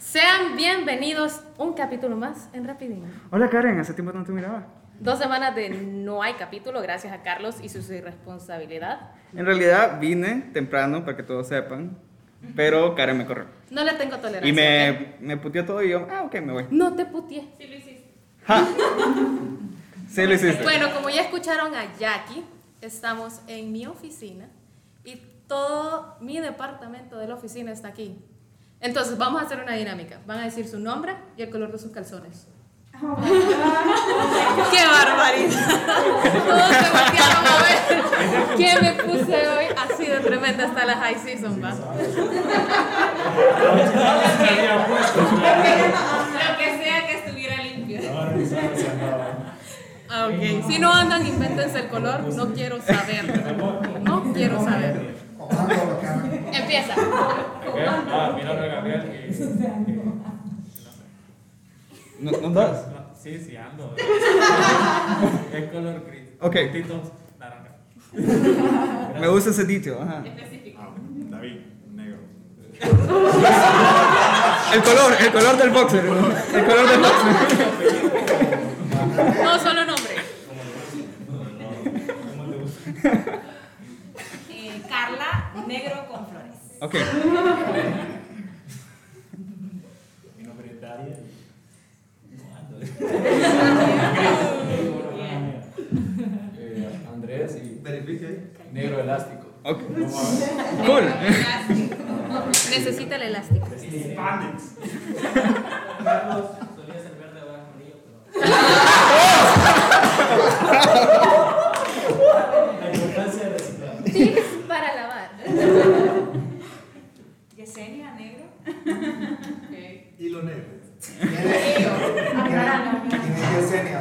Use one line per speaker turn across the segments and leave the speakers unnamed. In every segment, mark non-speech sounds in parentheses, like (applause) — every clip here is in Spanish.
Sean bienvenidos un capítulo más en Rapidina.
Hola Karen, hace tiempo no te miraba.
Dos semanas de no hay capítulo gracias a Carlos y su irresponsabilidad.
En realidad vine temprano para que todos sepan, pero Karen me corrió.
No le tengo tolerancia.
Y me,
¿ok?
me puteó todo y yo, ah, ok, me voy.
No te putié.
Sí, lo hiciste.
(laughs) Bueno, como ya escucharon a Jackie, estamos en mi oficina y todo mi departamento de la oficina está aquí. Entonces, vamos a hacer una dinámica. Van a decir su nombre y el color de sus calzones. ¡Qué barbaridad! Todos se voltearon a ver qué me puse hoy. Así de tremenda hasta la high season, ¿va? Lo que sea que estuviera limpio. Ah, ok. Si no andan, invéntense el color. No quiero saber. No quiero saber. Empieza.
Ah, mira a Gabriel y...
¿No, no das?
No, sí, sí, ando. Es color gris.
Ok.
Puntitos naranja.
Me gusta ese título, ajá.
David, negro.
El color, el color del boxer, ¿no? el color del boxer.
No, solo nombre.
¿Cómo te gusta?
Eh, Carla, negro con flores.
Ok,
Mi nombre es Daria.
Eh, Andrés y. Negro elástico.
ok,
¿Cómo ves?
cool.
Necesita el elástico.
Carlos solía ser verde ahora amarillo, pero. La importancia de reciclar.
Tips para lavar.
Yesenia, negro.
Hilo negro.
Aclarando.
¿Quién es Yesenia?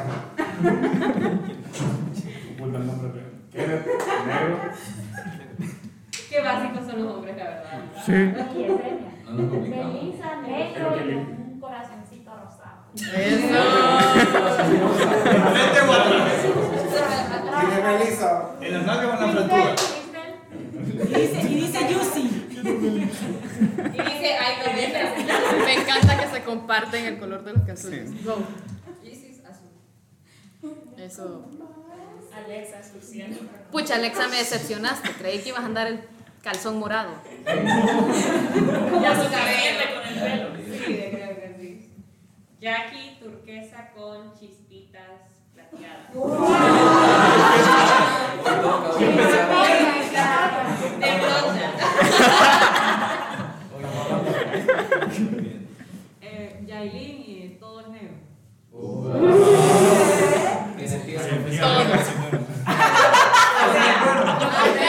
Vuelve el nombre primero.
¿Qué eres? Negro.
Qué básicos son los hombres, la verdad.
Sí.
No nos complicamos.
Creo que limpio.
Un corazoncito rosado.
¿Quién es Melissa?
En las nalgas van
Cristel,
Y dice Yusi.
Y dice, ay, no me Me encanta que se comparten el color de los calzones. Go.
Isis, azul.
Eso.
Alexa, su
Pucha, Alexa, me decepcionaste. Creí que ibas a andar el calzón morado.
Ya su cabello con el pelo. Sí, creo que sí. Jackie, turquesa con chispitas plateadas.
(laughs)
Hoy
De brocha.
no hablamos. Bien.
Eh, Yailin y todo es negro.
Tiene tierra.
Lo que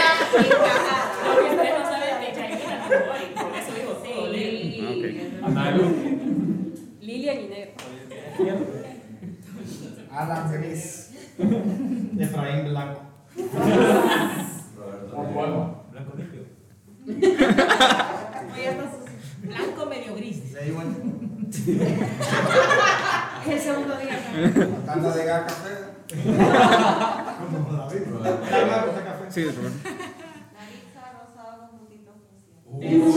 ustedes no saben es que Jaimina es alcohólica, por eso dijo todo negro.
Analu.
Lilian y negro.
Alan Gris. Efraín Blanco.
Roberto.
Blanco. Blanco limpio.
Blanco medio gris.
Le digo en
Es el segundo día.
tanda de gas café.
Este
Como David. Tanda de café.
Sí, Roberto.
Nariza rosado con puntitos fusión.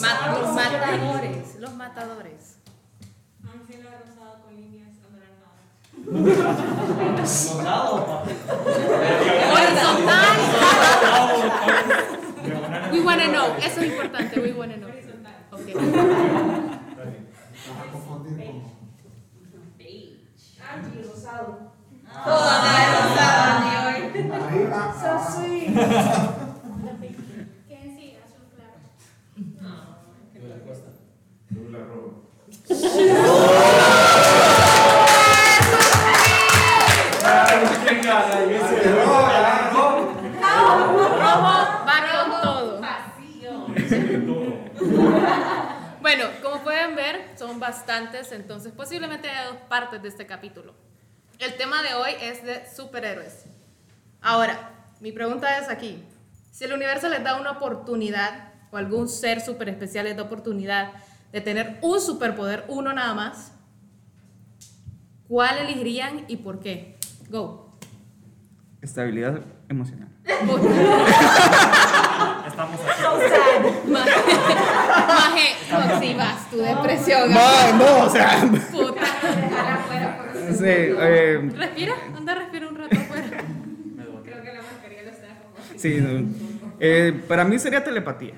Ma- los matadores. Los matadores.
Ángela rosado con líneas anaranjadas.
Horizontal.
Diagonal.
We wanna know. Eso es importante. We wanna know. Okay.
Nos ha confundido con-
Angie, rosado.
Ah. Toda la rosada de hoy.
Arriba. abajo.
Kenzie, azul claro.
De la costa.
Lula rojo.
¿Quién gana? Yo soy-
Pero, ah, no.
Va con todo.
Vacío.
Yo soy de todo.
Bueno, como pueden ver, son bastantes, entonces posiblemente haya dos partes de este capítulo. El tema de hoy es de superhéroes. Ahora, mi pregunta es aquí, si el universo les da una oportunidad o algún ser super especial les da oportunidad de tener un superpoder, uno nada más, ¿cuál elegirían y por qué? Go.
Estabilidad emocional.
Estamos
Maje, maje, opción.
Ma, no, o sea. (laughs)
Puta.
Sí, eh,
Respira, anda, respira un rato afuera.
Me duele.
Creo que la mascarilla lo está como así.
sí, no. Eh, para mí sería telepatía.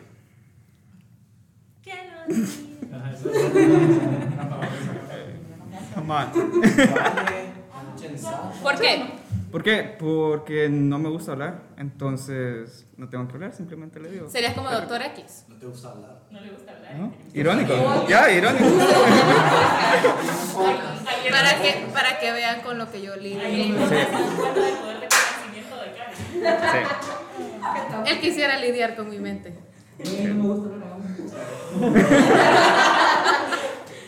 ¿Qué no?
Ajá, eso es-
Come on.
¿Por qué?
¿Por qué? Porque no me gusta hablar, entonces no tengo que hablar, simplemente le digo.
Serías como Doctor X.
No te gusta hablar.
No le gusta hablar.
¿No? Irónico. Ya, irónico.
Ayer-
Para que, para que vean con lo que yo
Ayer
lidio.
no me acuerdo del poder de convencimiento de Karen.
Sí.
Él quisiera lidiar con mi mente.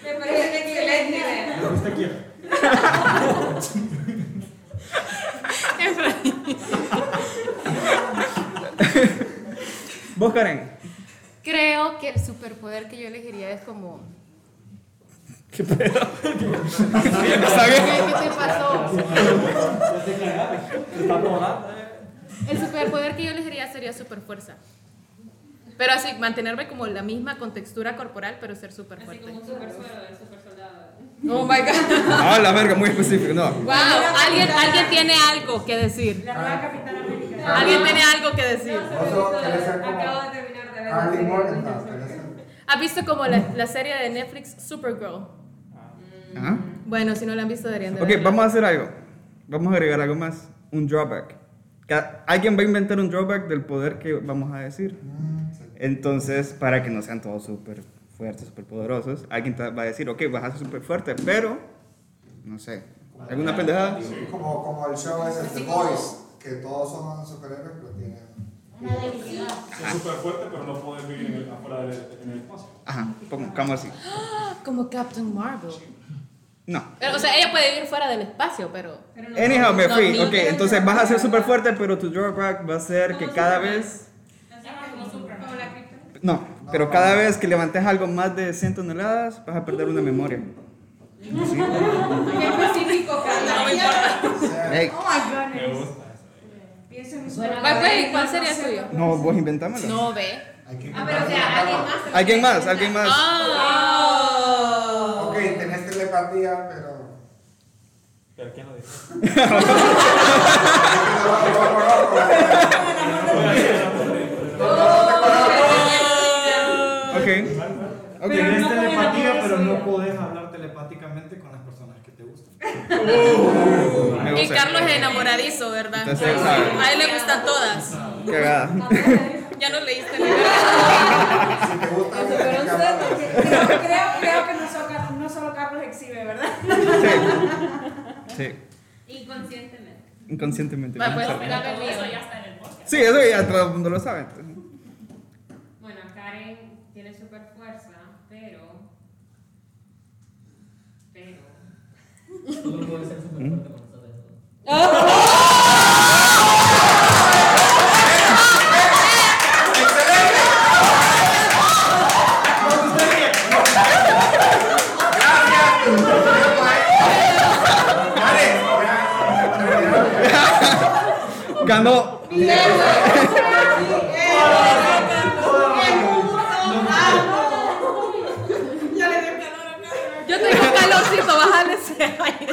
Me parece una excelente idea.
Me gusta quién.
Efraín.
Vos, Karen. (laughs)
Creo que el superpoder que yo elegiría es como.
¿Qué pedo? Está bien.
¿Qué te pasó?
Ya te cagaste. Te está tomando, eh.
El superpoder que yo elegiría sería superfuerza. Pero así, mantenerme como la misma contextura corporal, pero ser super
Así
fuerte.
como un super suero, super soldado.
Oh my
(laughs)
god.
Ah, la verga, muy específico. No.
Wow, alguien, alguien tiene algo que decir.
La nueva capitana
Ah.
americana.
Alguien tiene algo que decir.
Otro quiere ser como
Acabo de terminar de ver. la
Harley
serie
Morgan.
de
ah,
Winter
pero
Soldier.
ese-
¿Has visto como la, la serie de Netflix Supergirl?
¿Ah?
Bueno, si no la han visto deberían de
Ok,
verla.
vamos a hacer algo. Vamos a agregar algo más. Un drawback. Ca- Alguien va a inventar un drawback del poder que vamos a decir.
Mm, sí.
Entonces, para que no sean todos súper fuertes, súper poderosos, alguien te va a decir, ok, vas a ser súper fuerte, pero, no sé, alguna pendejada.
Como, como el show ese,
Así
The
como-
Boys, que todos son superhéroes, pero tienen.
Una debilidad.
Es súper fuerte, pero no puedes vivir en el- afuera del en el espacio.
Ajá, pongamos así.
Como Captain Marvel.
No.
Pero, o sea, ella puede vivir fuera del espacio, pero.
Pero no-
Anyhow, me
No,
fui.
mira,
Ok, entonces vas a ser súper fuerte, pero tu drawback va a ser que cada vez...
Así como Superman. Como la cripta.
No, pero cada vez que levantes algo más de 100 toneladas, vas a perder una memoria.
Qué específico, Carla.
Ey,
Me gusta.
Bye,
pues,
bye, ¿Cuál sería el tuyo?
no, vos inventámoslo.
No ve.
Hay que
Ah, pero o sea, alguien más. se lo
Alguien
tiene que
más, alguien
inventar.
más.
Ah.
Ah.
Ok, tenés telepatía, pero.
¿Pero quién lo dice?
Ok, ok.
Tenés
no pueden
telepatía,
hablar
pero
eso.
no podés hablar telepáticamente con las personas que te gustan.
Me
Y
gusta.
Carlos es enamoradizo, ¿verdad?
Entonces, sabe.
A él le gustan todas.
Cagada.
Ya no leíste la
Si te gusta,
Pero
bien,
ustedes no
cabrón.
que- creo, creo, creo que no solo, Car- no solo Carlos exhibe, ¿verdad?
Sí. Sí.
Inconscientemente.
Inconscientemente.
Va, pues,
vamos a ver.
mira.
Pero todo eso ya está en el podcast.
Sí, eso ya todo el mundo lo sabe. entonces.
Bueno, Karen tiene super fuerza, pero. Pero.
Solo puede ser súper fuerte con nosotros.
Ganó.
Yo tengo calorcito, bájale ese aire.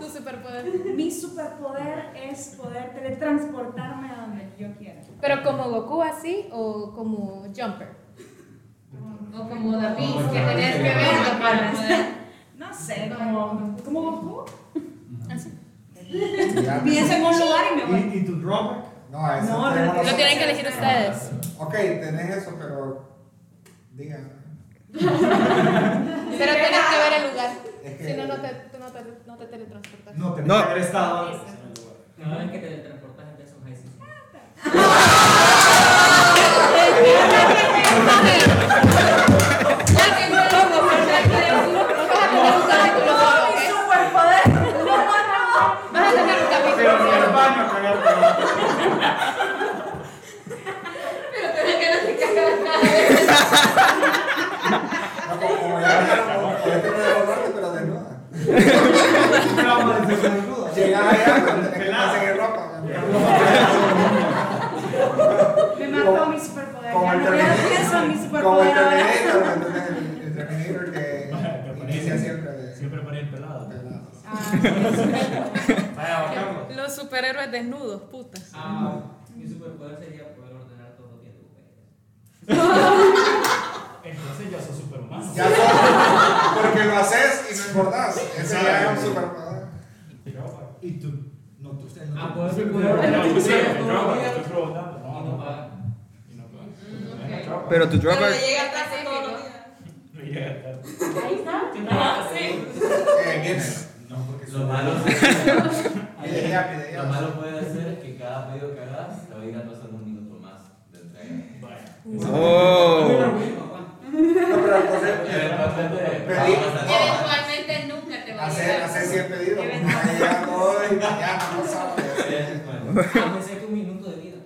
Tu superpoder.
Mi superpoder es poder teletransportarme a donde yo quiera.
Pero como Goku así o como Jumper.
O como David, que tenés que verlo para poder.
No sé, como, como Goku.
(laughs) Ya.
Pienso en un lugar y me voy.
¿Y, y tu drawback?
No, eso
No,
tenemos
no,
Lo
nosotros.
tienen que elegir ustedes.
Ok, tenés eso, pero. Digan.
Pero tienes que ver el lugar.
Es que-
Si no, no te, tú no te, no te teletransportas.
No, tenés
No.
Ah.
que haber estado antes en el lugar.
Cada vez que te transportas en Jackson High School.
No, mi superpoder. (laughs) No, no, no.
Vas a tener un
Pero en el
capítulo.
baño, cagarte.
Pero tenés que no te cagas nada.
No, como- como ya vieron, podés tener el norte, pero desnuda.
Un trauma de ser desnudo.
Llegas allá, pero tenés que pasar en ropa.
poder.
Como
ya
el
no ya no
Terminator.
pienso en mi
Como el
superpoder ahora.
Terminator, ¿me entendés? El- el Terminator que inicia siempre de
Siempre ponía el pelado.
pelado.
Vaya, bacán.
Los superhéroes desnudos, putas.
Ah, mi superpoder sería poder ordenar todo bien tu país.
Entonces ya sos superhumano.
Ya sabes, porque lo haces y no importás. Ese ya es un superpoder.
Y tú, no, tú estás.
Ah, poder
Sí,
ser
pero-
poder.
sí,
poder-
pero-
todo
pero-
bien,
estoy preguntando. No,
y
no,
no paga.
Y no puedo.
Pero tu
Pero
pues,
drawback.
llega tarde todos los días.
No llega tarde.
Ahí está.
Ah, sí.
Eh, viene.
No, porque
Lo malo,
Viene ya,
(laughs)
viene
lo
ya.
malo puede ser es que cada pedido que hagas te va a ir atrasando un minuto más de entrega.
Vaya.
Oh.
No, pero el
Y
concepto-
eventualmente va a
Pedí-
pasar.
Eventualmente nunca te va a
Hacer,
llegar.
hacer 100 pedidos. Ahí Ya voy, ya no (laughs) sabes.
Bueno,
Ah, Pensé que un minuto de vida.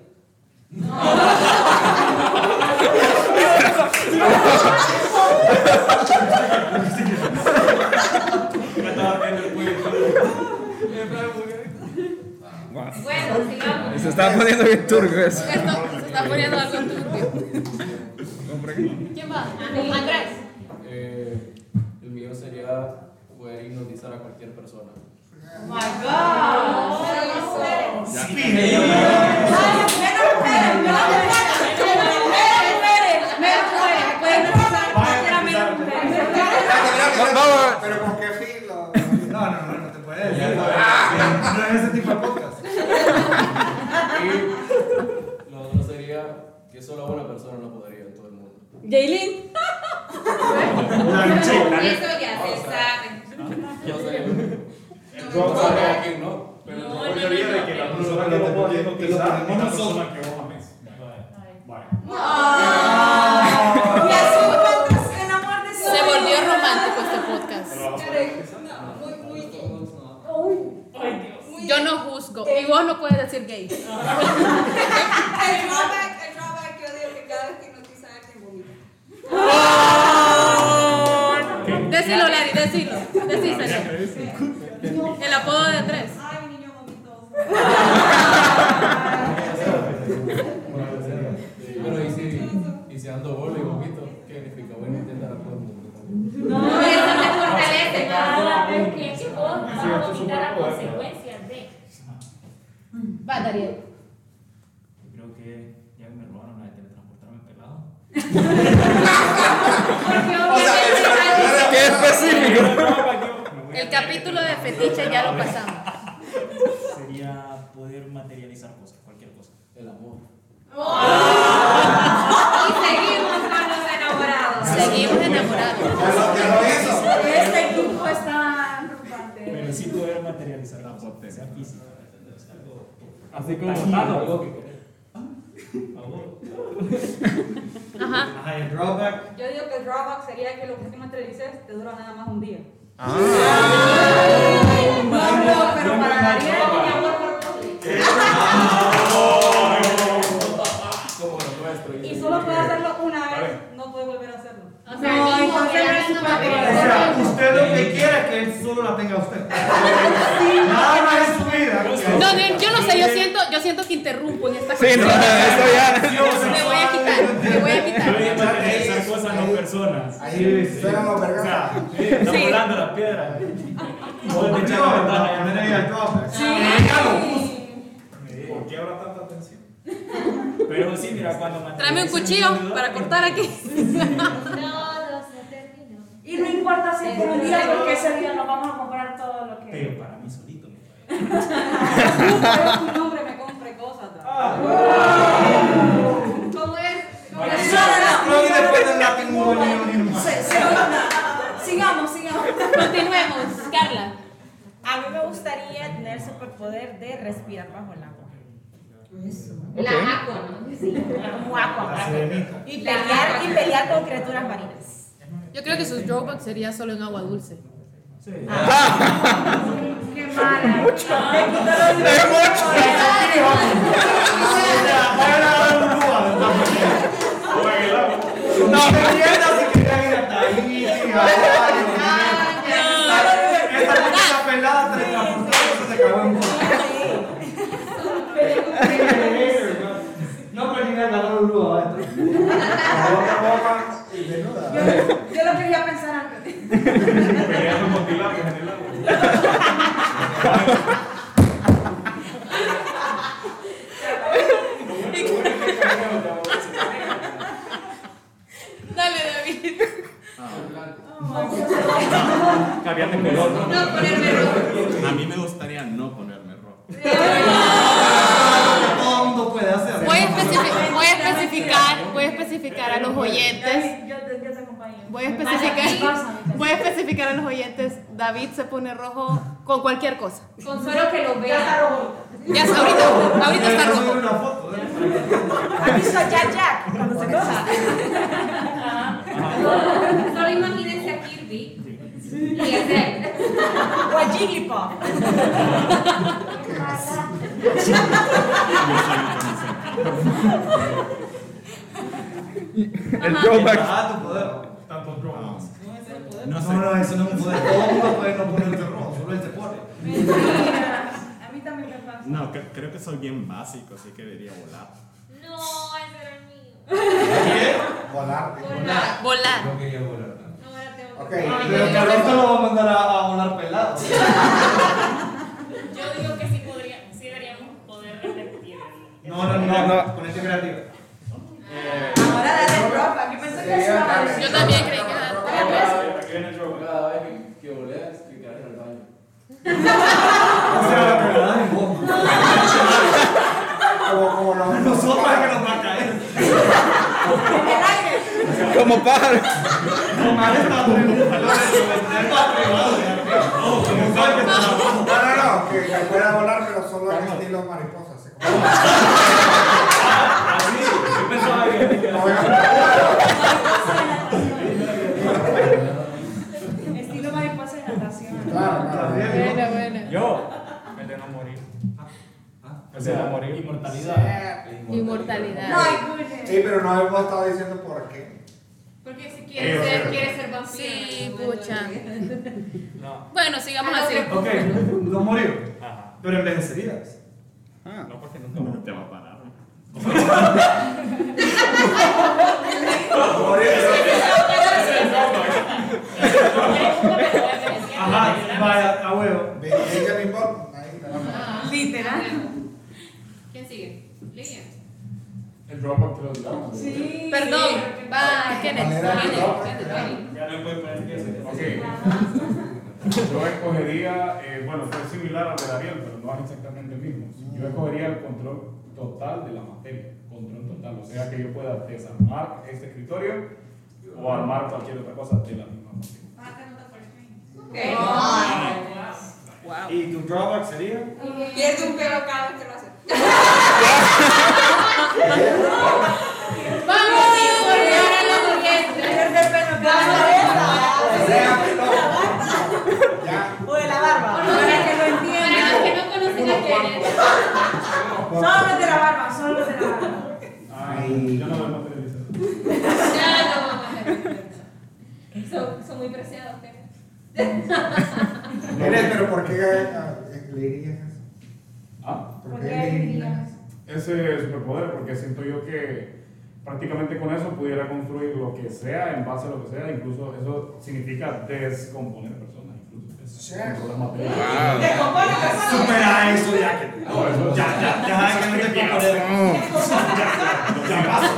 Ya estaba viendo el cuello.
Wow.
Bueno, sigamos.
Se está poniendo bien turbio eso.
Esto se está poniendo algo turbio. ¿Quién va? Andrés.
Eh, el mío sería poder hipnotizar a cualquier persona.
Oh my God.
Espérate,
Vamos.
espérate, Pero con qué fin lo.
No, no, no, no te puedes decir.
Ya
No, no es ese tipo de podcast.
Y lo otro sería que solo una persona no podría en todo el mundo.
Jaylin.
Eso ya se sabe.
Yo sé, no sé a
Entonces,
quién no, pero
No,
yo
no, no,
creo
no.
que-
de que la persona que lo puede hipnotizar es la persona que vos ames. Vaya.
Ah.
Se volvió romántico este podcast.
Te lo vas a poner.
Todos no.
Ay, Dios.
Yo no juzgo. Y vos no puedes decir gay.
El drawback, el drawback, yo digo que cada vez que hipnotiza a alguien vomita.
Decilo, Larry, decilo. Decíselo. El apodo de Andrés.
Ay, mi niño vomitó.
Pero y si, y si ando bolo y vomito, ¿qué significa? Bueno, intentar a todo el mundo.
No, eso te fortalece.
Cada vez que vos vas a vomitar a consecuencias de.
Va, Dariel.
Yo creo que ya me robaron la de teletransportarme pelado.
Qué específico.
El capítulo de fetiche ya lo pasamos.
Sería poder materializar cosas, cualquier cosa.
El amor.
Y seguimos con los enamorados.
Seguimos enamorados.
Ya lo, ya lo hizo.
Este equipo está preocupante.
Pero sí poder materializar la cosa, sea física.
Así
como
Algo
Tano.
algo que querés.
Ajá.
Ajá, el drawback.
Yo digo que el drawback sería que lo que tú materialices te dura nada más un día.
No, no, pero para Daniel, mi amor,
Como lo nuestro.
Y solo puedes hacerlo una vez, no puedes volver a hacerlo.
no, entonces no es un
O
papel.
sea, usted lo que quiera que él solo la tenga
(laughs)
usted. Nada más en su vida.
No, no, yo no sé, yo siento, yo siento que interrumpo en esta
Sí, no,
cuestión.
eso ya.
Me voy a quitar, me voy a
Yo
quitar.
voy a materializar cosas, no personas.
Ahí
Sí, sí.
fueron los
O
vergas.
sea, estamos
Sí.
volando las piedras. Vos te echas la
No, la
ventana.
primera y el drawback.
¿Por qué habrá tanta tensión? Pero sí, mira, cuando
Tráeme un
materializas
cuchillo
dedo,
para cortar aquí.
Y no importa si es por un día, porque ese día nos vamos a comprar todo lo que.
Pero para mí solito me parece.
Pues,
Pero tu nombre me compre cosas. ¿Cómo es? ¿Cómo
Vaya.
es?
No, y después del Latin no volvía a unir más.
Se- se una. Sigamos, sigamos.
Continuemos, Carla.
A mí me gustaría tener el superpoder de respirar bajo el agua.
Ok.
La agua, ¿no?
Como agua,
La
agua.
sirenita.
Y pelear, y pelear con criaturas marinas.
Yo creo que sus drawback sería solo en agua dulce.
Sí.
Qué mala.
Es mucho.
Vaya a la grúa, ¿verdad? No se pierda si quieren ir a Tahiti, a Hawái, a Disney. Esta chica pelada teletransportada, se acabó en poco. No, pero ni me agarró un lugar adentro.
boca a boca y desnuda.
Yo, yo lo quería pensar antes.
Peleando con Pilar, con
Dale, David.
Cambiate de color.
No, ponerme rojo.
A mí me gustaría no ponerme rojo.
Todo el mundo puede hacer.
Voy a, especifi- voy a especificar, voy a especificar a los oyentes.
Yo, yo, yo te acompaño.
Voy a
Vale, aquí
especificar, (laughs)
pasa, me
voy a especificar a los oyentes. David se pone rojo con cualquier cosa.
Con solo que lo
Ya está
vea.
rojo.
Ya está, ahorita, ahorita está rojo.
una foto.
Aquí soy Jack Jack. Cuando se enoja.
Solo imagínense a Kirby. Y es él.
O a Jigglypuff.
El throwback.
Ah, tu poder.
Tantos bromas.
No
No,
sé.
no, eso no es un poder. Todo el mundo puede no ponerte rojo, solo él te pone.
Mentira. A mí también me pasa.
No, cre- creo que soy bien básico, así que debería volar.
No, ese era el mío.
Volar.
Hola.
Volar.
No quería volar tanto.
No, ahora tengo
Ok,
que.
pero Carlos te lo va a mandar a, a volar pelado.
Yo digo que sí podría, sí deberíamos poder repetir.
No, no, no, no. Ponete creativo. Eh,
Ahora dale ropa. Yo pensé que eso iba a decir.
Yo también creí que era.
Aquí viene el show.
Cada vez que, que voleas, que caes al baño.
o sea, Ah, la verdad es vos. Como, como lo nosotros es que nos va a caer.
En el aire.
Como pájaro.
Omar está poniendo valor en su vender para privado. No, como sabe que está
No, no, no, que, que pueda volar, pero solo en estilo ¿eh? mariposa. así como-
Así, yo pensaba
(laughs)
que- que-
Como venga,
pues,
Estilo mariposa de natación.
Claro, claro.
bien, ¿no?
bueno.
Yo, el de no morir. El de no morir.
Inmortalidad.
Inmortalidad.
No, hay
Sí, pero no hemos estado diciendo por qué.
Porque si quiere ser, quiere ser vampiro.
Sí, pucha.
No.
Bueno, sigamos así.
Ok, no morir.
Ajá.
Pero envejecerías.
Ah,
No, porque nunca
No te va a parar.
Ajá, vaya, a huevo.
Venga, mi pop. Ahí está.
Literal.
¿Quién sigue? Lidia.
El drop te lo damos.
Sí.
Perdón, va, ¿quién es?
Manera
¿Quién
de
es?
ropa.
Ya no puedes poner que se
Ok.
Yo escogería, eh, bueno, fue similar al de Dariel, pero no es exactamente el mismo. Yo escogería el control total de la materia, control total, o sea que yo pueda desarmar este escritorio o armar cualquier otra cosa de la misma materia.
Wow.
¿Y tu drawback sería?
Pierde un pelo cada vez que lo hace. Vamos a volver a la corriente.
O sea, que no. Ya.
O de la barba.
Para que lo
Para los
entiendan.
que no conocen a Kenneth.
Solo los de la barba, solo los de la barba.
Ay, yo no veo materializado.
Ya lo vamos a hacer. Son, son muy preciados, Kenneth.
Mire, pero ¿por qué ah, le dirías eso?
Ah,
¿Por qué le dirías eso?
ese superpoder, porque siento yo que prácticamente con eso pudiera construir lo que sea en base a lo que sea, incluso eso significa descomponer personas, incluso. Controlar materia.
Te compone personas.
Supera eso ya que.
No, eso-
Ya, ya, ya, que no te comparé.
no.
Ya paso.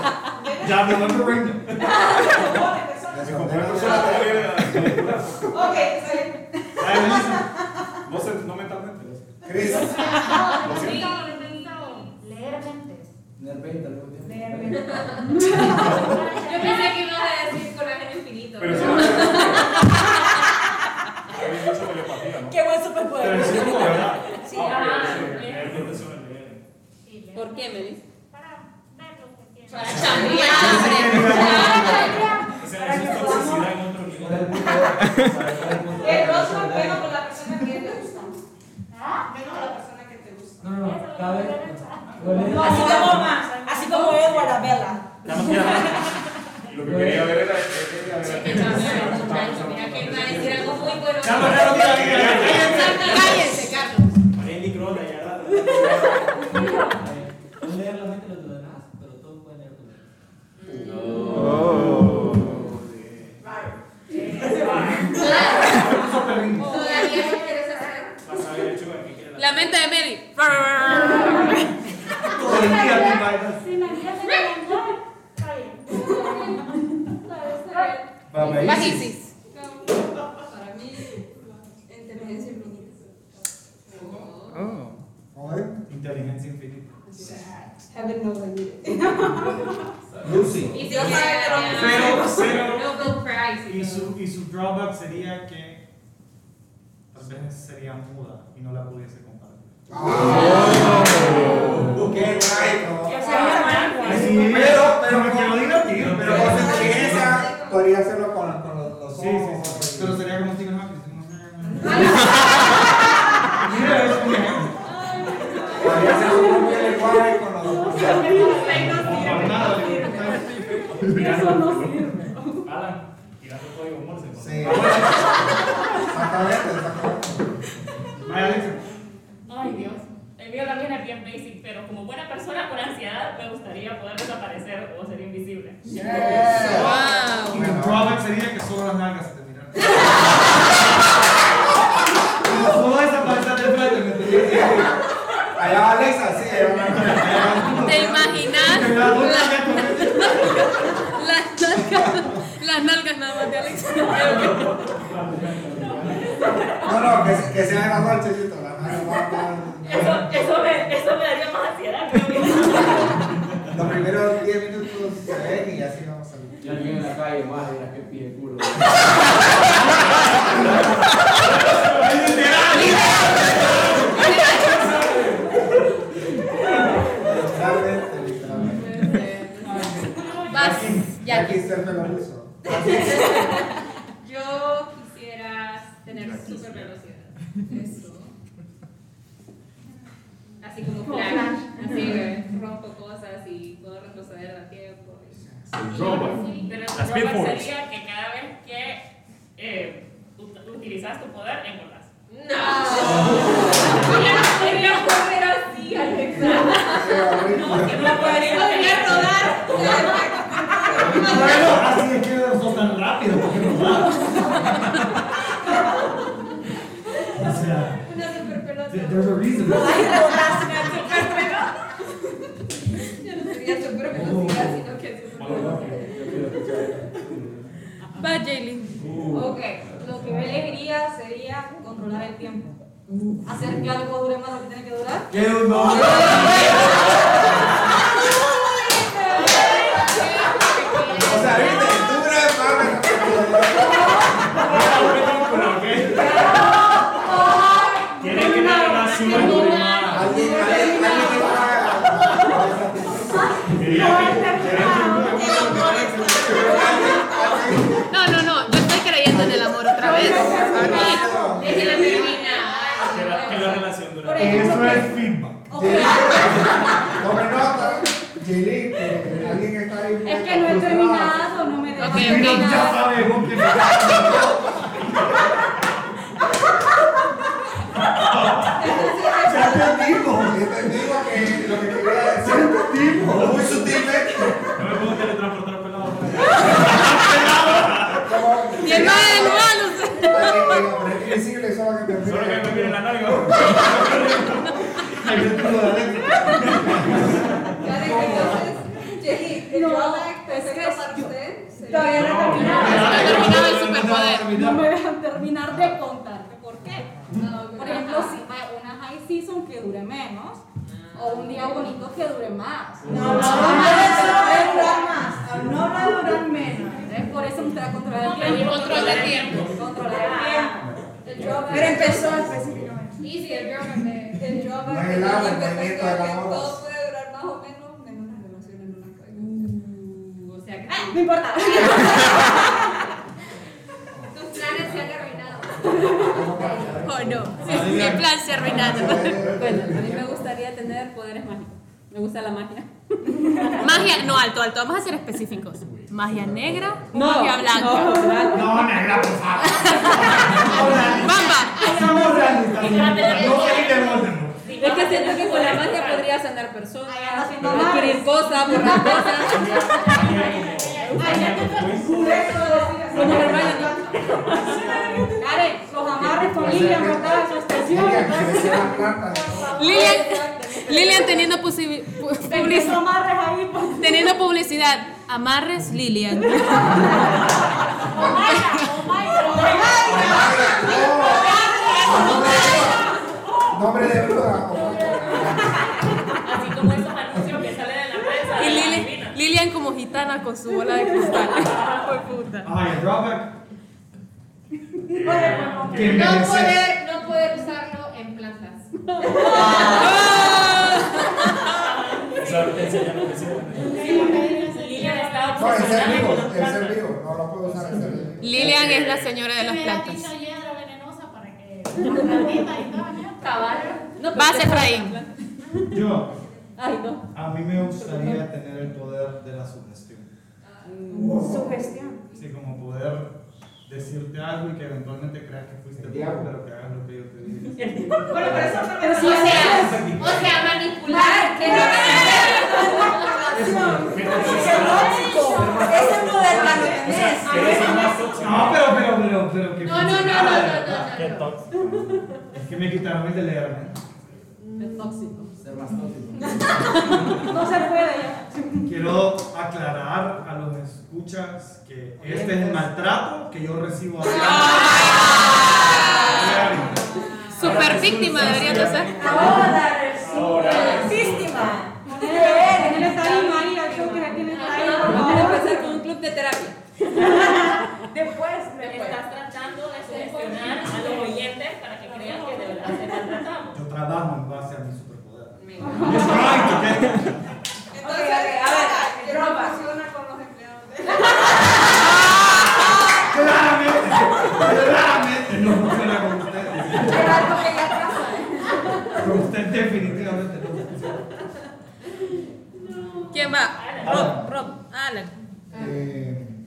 Ya me voy por Ranger.
Te compone personas.
Descomponer personas todavía-
Ok, está bien.
Ah, él dice, No sé, no mentalmente. no sé.
Chris,
No, sí.
Leer mentes.
Nerventa, luego te-
Leer mentes.
Yo pensé que ibas a decir coraje en infinito.
Pero (laughs) eso
¿no?
no es. Hay mucha telepatía, ¿no?
Qué buen
Pero
superpoder.
es como, ¿verdad?
Sí,
Ah,
ajá.
ok, sí, es lo que suele leer.
¿Por qué me dices?
Para chambear.
O sea, eso es toxicidad en otro nivel.
¿Cuál es el punto? ¿Sabes cuál es el punto?
El rostro pego con la persona que te gusta. Pego con la persona que te gusta.
No, no, no, cada vez.
Así como, así como Edward Abella.
Y Lo que quería ver era. era- era-
Sí, chambear, muchacho. Mira que iba a decir algo muy bueno.
Ya me lo diga, diga, diga.
Cállense, Carlos.
Puedes leer la mente de los demás, pero todos pueden leer tu mente.
Oh.
la
Las
Isis.
Isis.
Para mí, inteligencia infinita.
Inteligencia infinita.
Heaven knows I need
(laughs)
it.
Lucy.
Y si
Pero,
quieren-
pero-
Nobel Prize y
Y su, y su drawback sería que tal vez sería muda y no la pudiese compartir.
¡Qué raro!
Que
sea
guay.
Sí, pero, pero como que lo diga, tío.
Sí,
Pero
pero-
con inteligencia podría hacerlo con, con los, los
Sí,
ojos.
Pero sería como Stephen Hawking. (laughs)
Mira, es un ejemplo. Podría hacerlo con un lenguaje, con los ojos.
Eso no sirve. Alan, tirando código Morse. por
Sí. (laughs)
favor.
Exactamente, exactamente.
Ay, Dios. El mío también es bien basic, pero como buena persona con ansiedad, me gustaría poder desaparecer o ser invisible.
Y tu drawback sería que solo las nalgas se te miran. Solo desaparecer de frente, ¿me entiendes?
Allá Alexa, sí, allá va
¿Te imaginas?
Que la duda que
Las nalgas, las nalgas nada más de Alex.
(laughs)
(laughs)
No, no, que, se- que sea la noche, chiquito, la mano va
Eso, eso, me, eso me daría más ansiedad, creo que.
(laughs) Los primeros 10 minutos se ven y así vamos a salir.
Y alguien en la calle más, mira que pide culo.
Literalmente, literalmente.
Vas, ya.
Aquí está el pelo liso.
Yo quisiera tener super velocidad. Eso. Así como
Como
flash.
Flash.
Así eh, rompo cosas y puedo retroceder a tiempo.
Robot.
Pero el
Las
problema
Billboards.
sería que cada vez que eh, ut- utilizas tu poder, engordas.
¡No! Ya no podría correr así, Alexa.
(laughs)
No, que no podría, podría rodar.
Bueno, así es que no son tan rápido, porque no va. O sea,
Una super pelota.
th- there's a reason.
Yo no sería super velocidad, sino que es super
Va, Jaylin.
Ok, lo que yo elegiría sería controlar el tiempo. Hacer que algo dure más lo que tiene que durar.
¡Qué un hombre!
(laughs)
O sea, viste, tú crees, mami.
Tiene que dar más una broma.
Alguien, alguien, alguien que
No, no, no, yo estoy creyendo en el amor otra vez.
Déjela terminar.
Que la, que la relación
Ah,
dura.
Eso es feedback. Tome nota. Chile, que alguien está ahí.
Es que no he terminado, no me dejan
Ok,
Mira,
ok.
Ya sabemos que me Ya entendimos. Entendimos que lo que quería decir. Entendimos. Muy sutilmente.
No me puedo teletransportar pelado.
Y el más del malo.
Pero es invisible, solo que te
Solo que me miren la nalga.
Ay, yo tengo la letra.
Ya de que entonces, Jenny, el
No,
drawback
es que
perfecto
es-
para usted.
Todavía no he terminado.
No terminaba el superpoder.
No me dejan terminar de contarte por qué. Por ejemplo,
Ajá.
si hay una high season que dure menos o un día bonito que dure más.
No, no, no, no, no, no, no.
No va a durar menos. Entonces, por eso me gustaría controlar el tiempo.
Control de tiempo.
Controlar
El drawback-
Pero empezó específicamente.
Easy, el drawback de- el drawback
No
de
hay nada,
la
el movimiento de
imperfección,
la
que
moda.
todo puede durar más o menos, menos las relaciones no las caigo.
O sea, ¡ay!
No importa.
tus planes se han arruinado.
Oh no, sí, mi plan se ha arruinado.
Bueno, a mí me gustaría tener poderes mágicos. Me gusta la magia.
(laughs) Magia, no, alto, alto, vamos a ser específicos. Magia negra, o
No,
magia blanca.
No, negra, por favor.
Bamba,
Somos realistas. No sé qué te voten.
Es que siento que con la magia podría sanar personas,
haciendo mal.
adquirir cosas, borrar cosas. Como el hermano.
Karen, los amarres con Lilian, ¿verdad? Su expresión.
Lilian, Lilian teniendo posi- pu-
Tenés pues.
publicidad.
amarres ahí. por-
Teniendo publicidad, amarres Lilian.
Nombre de bruja.
Así como esos anuncios que salen en la prensa.
Y
de las
Lili-
minas.
Lilian como gitana con su bola de cristal. Hijo de
(laughs)
puta.
Ay, el drawback.
¿Quién
no
merece?
poder, no poder usarlo en plantas.
No, el ser vivo, el ser vivo. No, no puedo usar el ser vivo.
Lilian es la señora de las plantas. Vas, Efraín.
Yo,
Ay, no.
a mí me gustaría tener el poder de la sugestión.
Sugestión.
Sí, como poder decirte algo y que eventualmente creas que fuiste tú, pero que hagas lo que yo
(laughs)
te dije.
Bueno, pero eso no me-
Pero si
o,
ya
sea,
sabes.
o sea, manipular.
¿Qué?
Ese poder la
No, pero, pero, pero, pero. que-
No, no, no, no, no, no, no.
Qué tóxico. Es que me quitaron el de leerme.
Es tóxico.
Ser
(laughs)
más tóxico.
No se puede ya.
Quiero aclarar a los escuchas que este es el maltrato que yo recibo a
Ah.
Super víctima deberían de ser.
Ah, Ahora resulta víctima. Él está ahí, María. Yo creo que él está ahí. Vamos a empezar con un club
(laughs)
de terapia. Después me
Estás tratando de sugestionar a los oyentes para que crean que de verdad se maltratamos.
Yo trabajo en base a mi superpoder.
Entonces, a ver, ¿qué funciona con los empleados?
Claramente, claramente no funciona con ustedes. Con usted definitivamente no funciona.
¿Quién va? Rob, Rob, Alan.
Eh,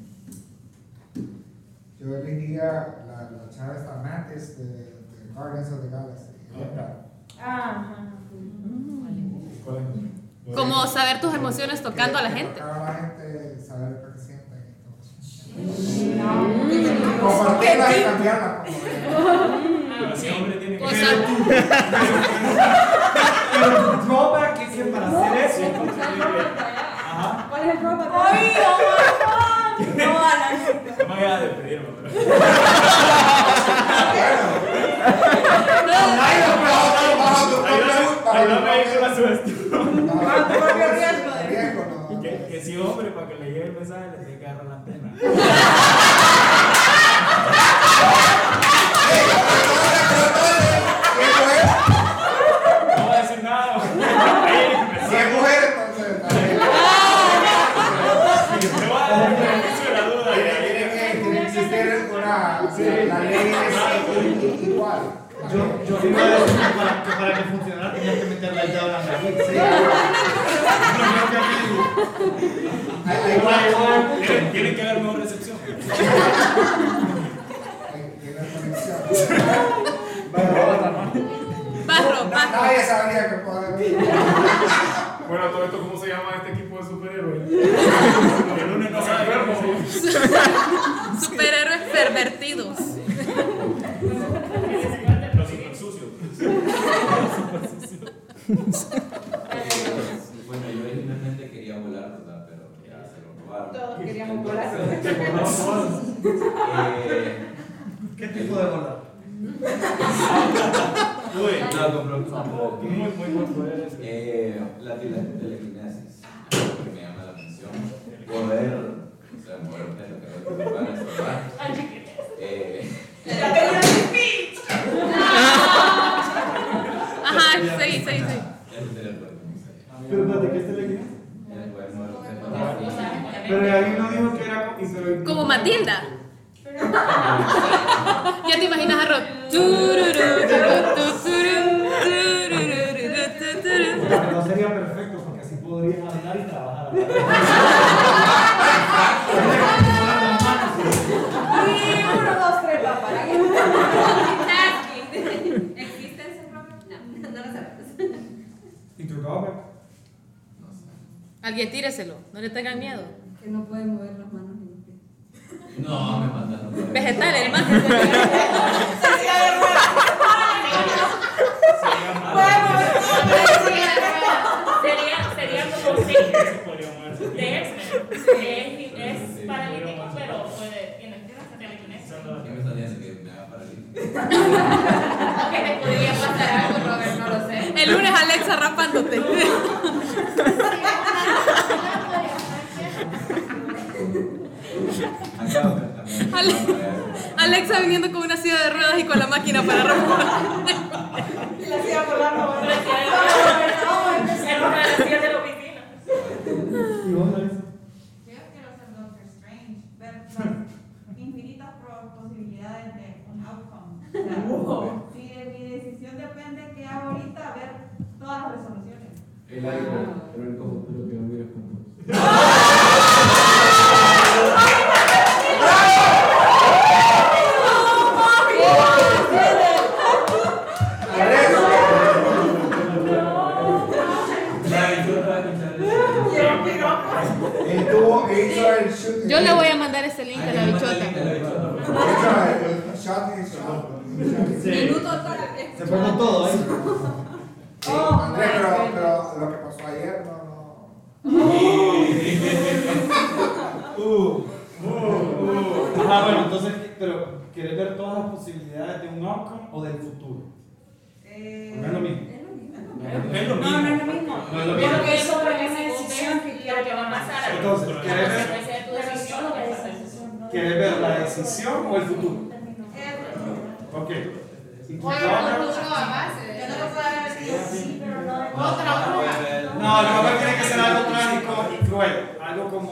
yo elegiría la, la chava esta Mantis de, de Guardians of the Galaxy. Ella-
Como saber tus emociones tocando a la
que
gente.
tocaba a la gente, saber lo que sienten y todo eso.
No.
Compartirla y cambiarla. como
Pero, pero el drawback es que para hacer eso. Ajá.
¿Cuál es el problema? ¡Ay, No, Alan.
No me voy a despedir, bro.
Ayúdame a ir con la sugestión.
Que, que si hombre, para que le llegue el mensaje, le tiene que agarrar la antena. No voy a decir nada.
Si es mujer, entonces. está bien. Tiene que- tiene que existir una. La ley es igual.
Yo, yo iba a decir que para, que para que funcionara tenías que meterle el dedo a la nariz. Sí. Igual, igual.
Tiene- Tiene que haber mejor recepción.
Barro,
Nadie sabría que poder.
Bueno, todo esto, ¿cómo se llama este equipo de
(laughs)
superhéroes?
El lunes no sabe.
Superhéroes pervertidos.
Los super sucios.
Bueno, yo originalmente quería volar, ¿verdad? Pero ya se lo robaron.
Todos queríamos volar.
Se (laughs) borró. Eh,
¿Qué tipo de bola?
eh, No, compró tampoco. Muy, muy, muy Eh, la tele- telequinesis, que me llama la atención. Poder, o sea, moverme de lo que no te van a salvar. Eh,
Ajá, sí, sí, sí.
el teléfono, no sé.
Pero espérate, ¿qué es telequinesis?
El poder moverte por la vida.
Pero ahí no dijo que era como- y se lo-
Como Matilda. Ya te imaginas a Rob. Tururú, tururú, tururú, tururú, tururú,
No sería perfecto porque así podrías hablar y trabajar.
Y uno, dos, tres, va para
¿Existe ese problema? No, no lo sabemos.
¿Y tu drawback?
Alguien tíreselo, no le tengan miedo.
Que no pueden mover las manos ni los pies.
No, me mandaron.
Vegetal, el más que se-
Sería, sería como Xavier de X-Men. que Es, es paralítico, pero puede, tiene-
¿Qué me salía de que me haga paralítico?
te podría pasar algo, Robert, no lo sé.
El lunes Alexa rapándote. Ale- Alexa viniendo con una silla de ruedas y con la máquina para rapar.
Y la hacía por la ropa.
Era una de las sillas de la oficina.
¿Y vos, Alex?
Yo quiero ser Doctor Strange, ver las infinitas pro- posibilidades de un outcome. O sea,
Wow.
Si de mi decisión depende qué hago ahorita, ver todas las resoluciones.
El único, el único futuro que yo miro es con vos.
Estuvo HR shooting.
Yo le voy a mandar ese link a la bichota.
HR, shot in shot.
Se
fue con todo, ¿eh? Sí,
Oh,
Andrés,
my
pero,
goodness.
pero lo que pasó ayer no, no.
Uh, uh, uh. Ajá, bueno, entonces, pero ¿quieres ver todas las posibilidades de un outcome o del futuro? no es
Eh,
lo mismo. Es lo mismo.
No, no es lo mismo.
No es lo mismo.
Porque eso fue una decisión que quiero que va a pasar.
Entonces, ¿quieres ver, ¿quieres ver la decisión o el futuro? Ok. ¿Y tu otra?
Yo
¿eh?
no lo puedo haber visto. Sí, pero no.
No, lo mejor tiene que ser algo trágico y cruel. Algo como.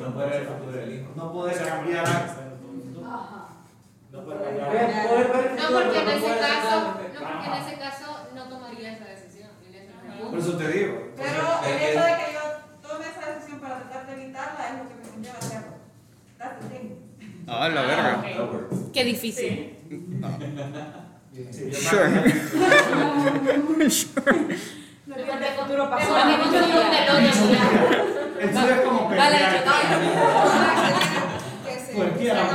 No puede ver el futuro del hijo.
No poder cambiar. No poder cambiar.
No, porque en ese caso, no, porque en ese caso no tomaría esa decisión. En ese momento.
Por eso te digo.
Pero el hecho de que yo tome esa decisión para tratar de evitarla es lo que me lleva a hacerlo. That's the thing.
Ah, la verga.
Qué difícil.
Sure. Sure.
Porque el futuro pasó.
Porque el futuro no te lo
Vale,
Entonces es como que. Cualquiera. ¿no?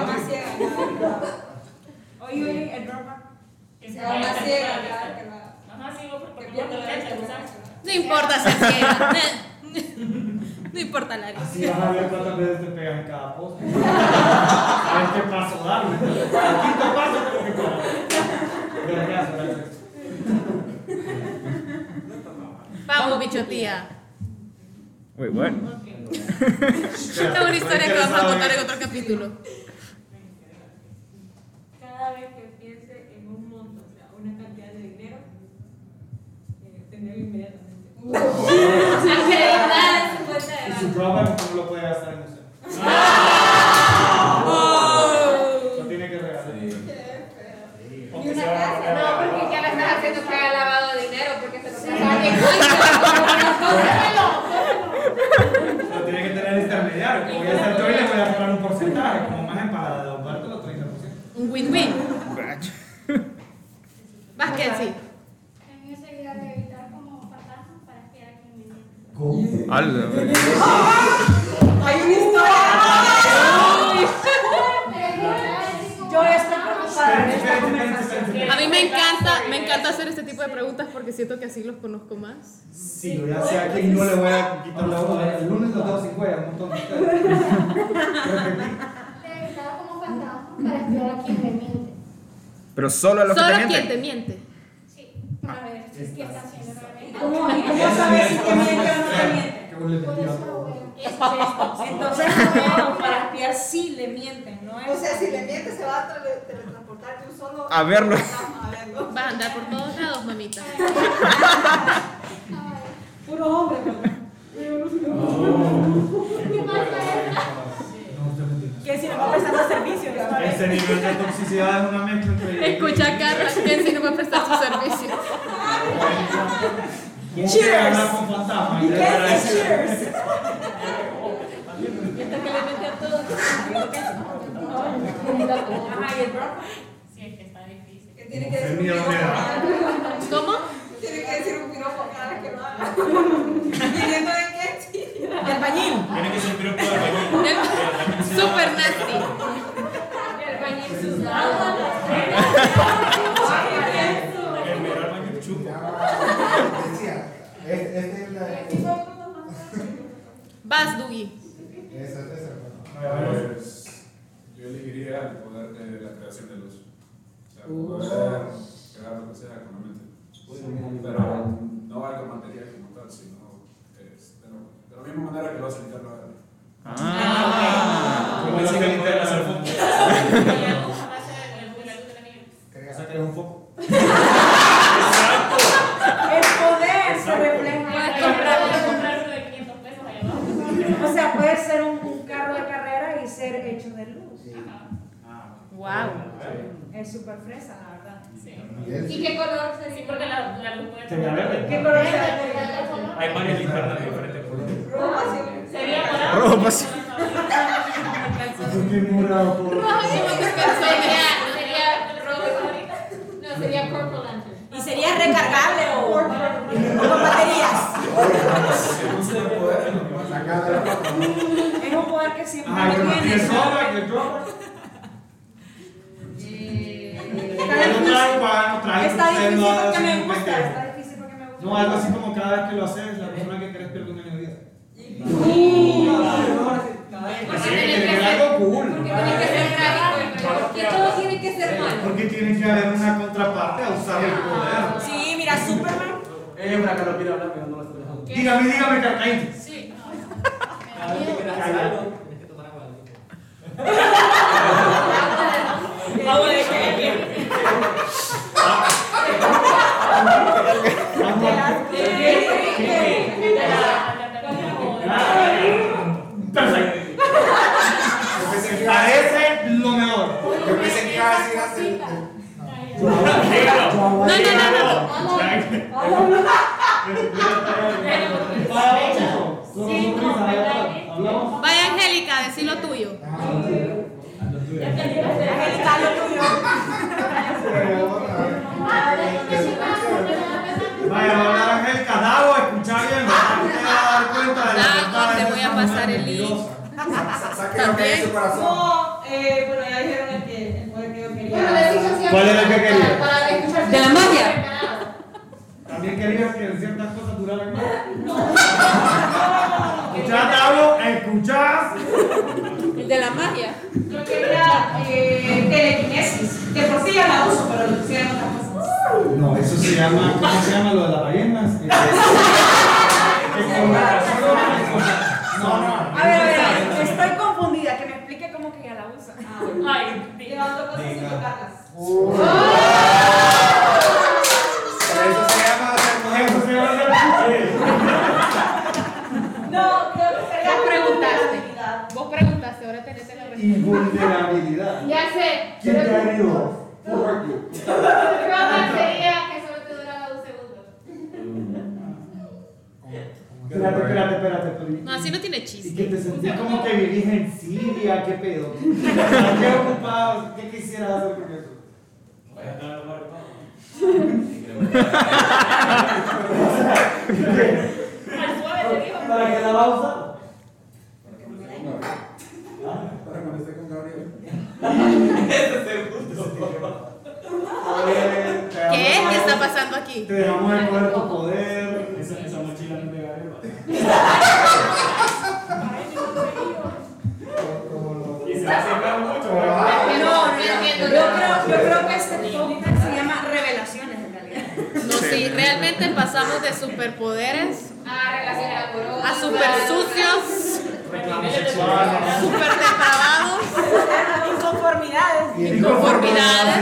Oye, oye, el drama.
Que se vaya a
ciega,
temprano.
claro,
Ajá, sí, no, porque no te la dejan usar.
No importa ser ciega.
(laughs)
No importa la
Así vas a ver cuántas veces te pegas en cada (laughs) poste. A ver qué paso darme. El quinto paso creo que como- Vergazo, Alex.
Vamos, bichotía.
Wait, what?
Esta es una historia que vamos a contar en otro capítulo.
Cada vez que piense en un monto, o sea, una cantidad de dinero, eh, tenerlo
(laughs)
inmediatamente.
Y su programa no lo puede gastar en usted. Lo tiene que regalar.
Y una casa, no, porque ya la estás haciendo que haya lavado dinero, porque se lo pasa a alguien.
Lo tiene que tener intermediario. Como voy a estar yo y le voy a cobrar un porcentaje. Como más empada de Don Barto, los 30%.
Un win-win. Vas, Kenzie.
A mí me sería de evitar como fantasmas para que alguien me llegue.
Ah, la verga.
Hay una historia.
Yo estoy preocupada.
A mí me encanta, me encanta hacer este tipo de preguntas porque siento que así los conozco más.
Sí, yo ya sé a quién no le voy a quitar la bola. El lunes los dejo sin huella, un montón de ustedes.
De evitar como fantasmas para espiar a quien me miente.
Pero solo a los que
Solo
te
quien
mienten.
te miente.
Para ver si es que está haciendo realmente.
¿Cómo? ¿Y cómo sabes si te miente o no te miente? eh, este, Entonces, no, para espiar sí le mienten, ¿no?
O sea, si le mientes se va a tele- teletransportar de un solo.
A verlo.
fantasma, a verlo.
Vas a andar por todos lados, mamita.
Puro hombre, (laughs) Que si no va prestando servicio, ¿no?
Ese Este nivel de toxicidad es una mezcla entre.
Escucha a Carla, Kenzie no me presta su servicio.
¿Quién quiere hablar con fantasmas?
¿Y qué es el
Agradecido.
Y hasta que le mete a todos. Ajá, y el rock.
Sí, es que está difícil.
Que tiene que decir un
Miedo me da.
piropo.
¿Cómo?
Tiene que decir un piropo cada vez que lo haga. ¿Viniendo de qué? Sí.
Del bañil.
Tiene que ser un piropo de albañil.
Super nasty.
Decía, es- este es la.
Vas, Dugi.
Esa es esa.
Pues, yo elegiría el poder de la
así que literal hacer foco.
O sea, que eres un foco.
Exacto.
El poder se refleja en
Puedes
el
comprar
carro.
puedes comprar uno de 500 pesos allá abajo.
O sea, puede ser un, un carro de carrera y ser hecho de luz.
Wow.
Es súper fresa, la verdad.
¿Y qué color sería?
Sí, porque la, la luz puede
Sería verde.
¿Qué color
Verde,
sería?
verde, verde.
Hay varias linternas de diferentes colores.
Sería morado.
Rojo,
pues.
Qué morado, por favor.
Sería, sería rojo. No, sería purple lantern.
Y sería recargable o, o con baterías.
pues.
Es un poder que siempre
Ay,
lo
que Ah, no
tiene.
tiene sobra, que yo.
Está
no
difícil.
traigo, ah, no traigo,
Está
ustedes
difícil
no
porque
hagan así
me
como
gusta.
que-
Está difícil porque me gusta.
No, algo así como cada vez que lo haces, la persona que crees pierde un año de vida.
Porque
Sí,
tiene que
que
ser-
algo cool.
porque
Ah,
tiene que ser trágico. Porque todo tiene que ser malo.
Porque tiene que haber una contraparte a usar el poder.
Sí, mira, Superman.
Eh, una que lo mira hablar, pero no lo estoy dejando. Dígame, dígame, Carcaín.
Sí.
Cada vez que quieras hacer algo, tienes que tomar agua.
Agua de Kenia.
Perfecto. Parece lo mejor.
Yo pensé que iba a decir así.
No,
no,
Vaya Angélica, decí lo tuyo.
Angélica, lo tuyo.
Vaya, va a hablar Ángel Cadavo, escucha bien, ¿verdad? Usted va a dar cuenta de la verdad.
Ah, te voy a pasar el link.
Saque lo que hay en su corazón.
No, eh, bueno, ya dijeron el que el poder que yo quería.
Bueno, decís así
¿Cuál era el que quería?
Para, para escuchar-
De la magia.
También querías que ciertas cosas
(laughs)
duraran más. Escuchá, Tavo, escuchás.
El de la magia.
Yo quería eh, telequinesis. De por sí ya la uso, pero lo quisiera en otras cosas.
No, eso se llama, ¿cómo se llama lo de las (laughs) ballenas? Eh, que con la razón no vale cosas. No, no.
A ver, a ver, estoy confundida. Que me explique cómo que ya la usa.
Ah,
Ay,
Llevando cosas sin tocarlas.
Eso se llama hacer mujer.
Eso se llama hacer
No, creo que sería
Vos
preguntar.
preguntaste. Vos preguntaste, ahora tenés la respuesta.
(laughs) Invulnerabilidad.
Ya sé.
¿Quién te
pero-
ha herido? Fuck you.
Roja sería que solo te duraba dos segundos.
Espérate, espérate, espérate. espérate.
No, así no tiene chiste.
Y que te sentís como que vivís en Siria, qué pedo. ¿Qué ocupado? ¿Qué quisieras hacer con eso?
Al suave te digo.
¿Para qué la vas a usar?
Para cuando esté con Gabriel.
¿Qué? ¿Qué está pasando aquí?
Te dejamos el cuerpo poder.
Esa, esa mochila no te gané. Y se hace claro mucho, ¿verdad?
No, no, yo creo, yo creo que este podcast se llama Revelaciones en realidad.
No, sí, realmente pasamos de superpoderes
Ah, relaciones amorosas.
a super sucios,
Reclamo sexual.
super depravados,
Inconformidades.
inconformidades.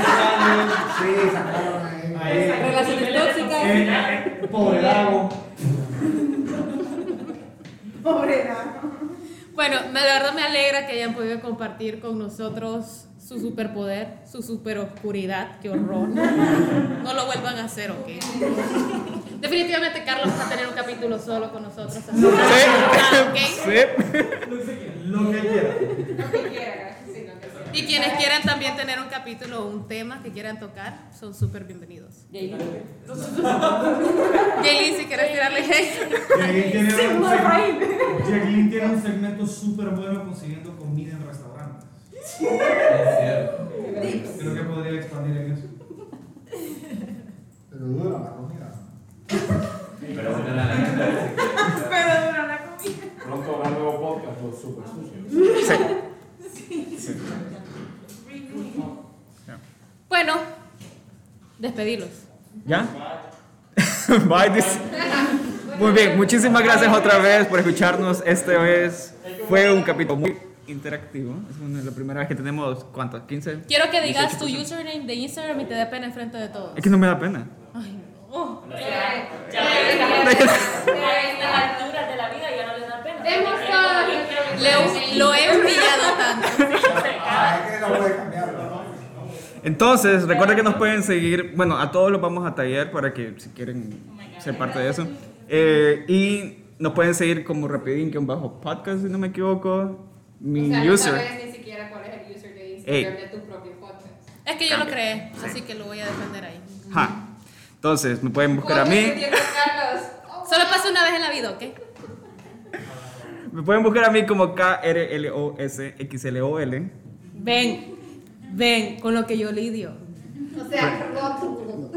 Sí, sacaron ahí.
Ahí.
Relaciones tóxicas.
Eh, Pobre Dago.
Pobre Dano.
Bueno, me- la verdad me alegra que hayan podido compartir con nosotros su superpoder, su superoscuridad, qué horror. No lo vuelvan a hacer, ¿ok? Definitivamente Carlos va a tener un capítulo solo con nosotros. así que, ah, ¿ok?
Lo
Lo que
que quieras.
quiera, sí, lo que sea.
Y quienes quieran también tener un capítulo o un tema que quieran tocar, son súper bienvenidos. Jaylin, si quieres tirarle hate.
Jacqueline tiene,
Sí,
un
no,
seg-
Raíl.
Jacqueline tiene un segmento súper bueno consiguiendo comida en restaurantes. Creo que podría expandir en eso.
Pero dura la comida.
Pero bueno, la neta es que-
Pero dura la comida.
Pronto habrá nuevo podcast, los super sucios.
Bueno, despedilos.
¿Ya? (laughs) Bye. dice. Muy bien, muchísimas gracias otra vez por escucharnos. Este es, fue un capítulo muy interactivo. Es una- la primera vez que tenemos, ¿cuántos? ¿15?
Quiero que digas tu
18 personas.
username de Instagram y te dé pena enfrente de todos.
Es que no me da pena.
Ay, no.
las alturas de la vida ya no les da pena.
Demos todo lo que-
Le- lo he humillado tanto.
Entonces, recuerden que nos pueden seguir, bueno, a todos los vamos a tallar para que si quieren ser parte de eso. Eh, y nos pueden seguir como rapidín que un bajo podcast, si no me equivoco. Mi
O sea, no
user.
sabes ni siquiera cuál es el user de
Ey.
Instagram de tu propio podcast.
Es que yo lo
Cambia.
creé,
Sí.
así que lo voy a defender ahí.
Ja. Entonces, me pueden buscar a mí.
Solo pasa una vez en la vida, ¿ok?
Me pueden buscar a mí como K-R-L-O-S-X-L-O-L.
Ven, ven con lo que yo lidio.
O sea, roto.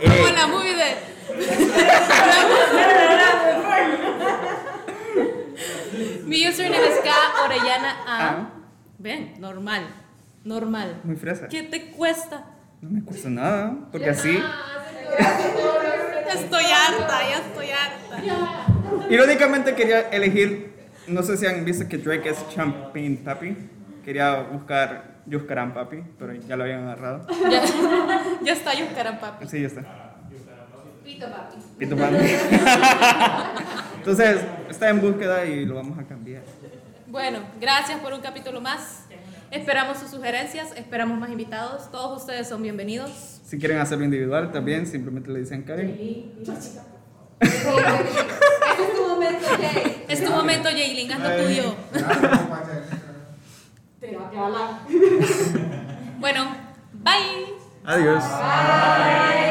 Eh,
Como la movie de. Mi username es K Orellana
Ah.
A. Ven, normal. Normal.
Muy fresa.
¿Qué te cuesta?
No me cuesta nada, porque así.
Estoy harta, ya estoy harta.
Irónicamente quería elegir, no sé si han visto que Drake es Champagne Papi. Quería buscar Yuscaran Papi, pero ya lo habían agarrado.
Ya, (laughs) ya está Yuscaran Papi.
Sí, ya está.
Pito (laughs) papi.
Pito Papi. Entonces, está en búsqueda y lo vamos a cambiar.
Bueno, gracias por un capítulo más. Esperamos sus sugerencias, esperamos más invitados. Todos ustedes son bienvenidos.
Si quieren hacerlo individual también, simplemente le dicen Karen.
Es tu momento, Jay.
Es tu momento, Jaylin, haz lo tuyo.
Te va a quedar la-
Bueno, bye.
Adiós.
Bye.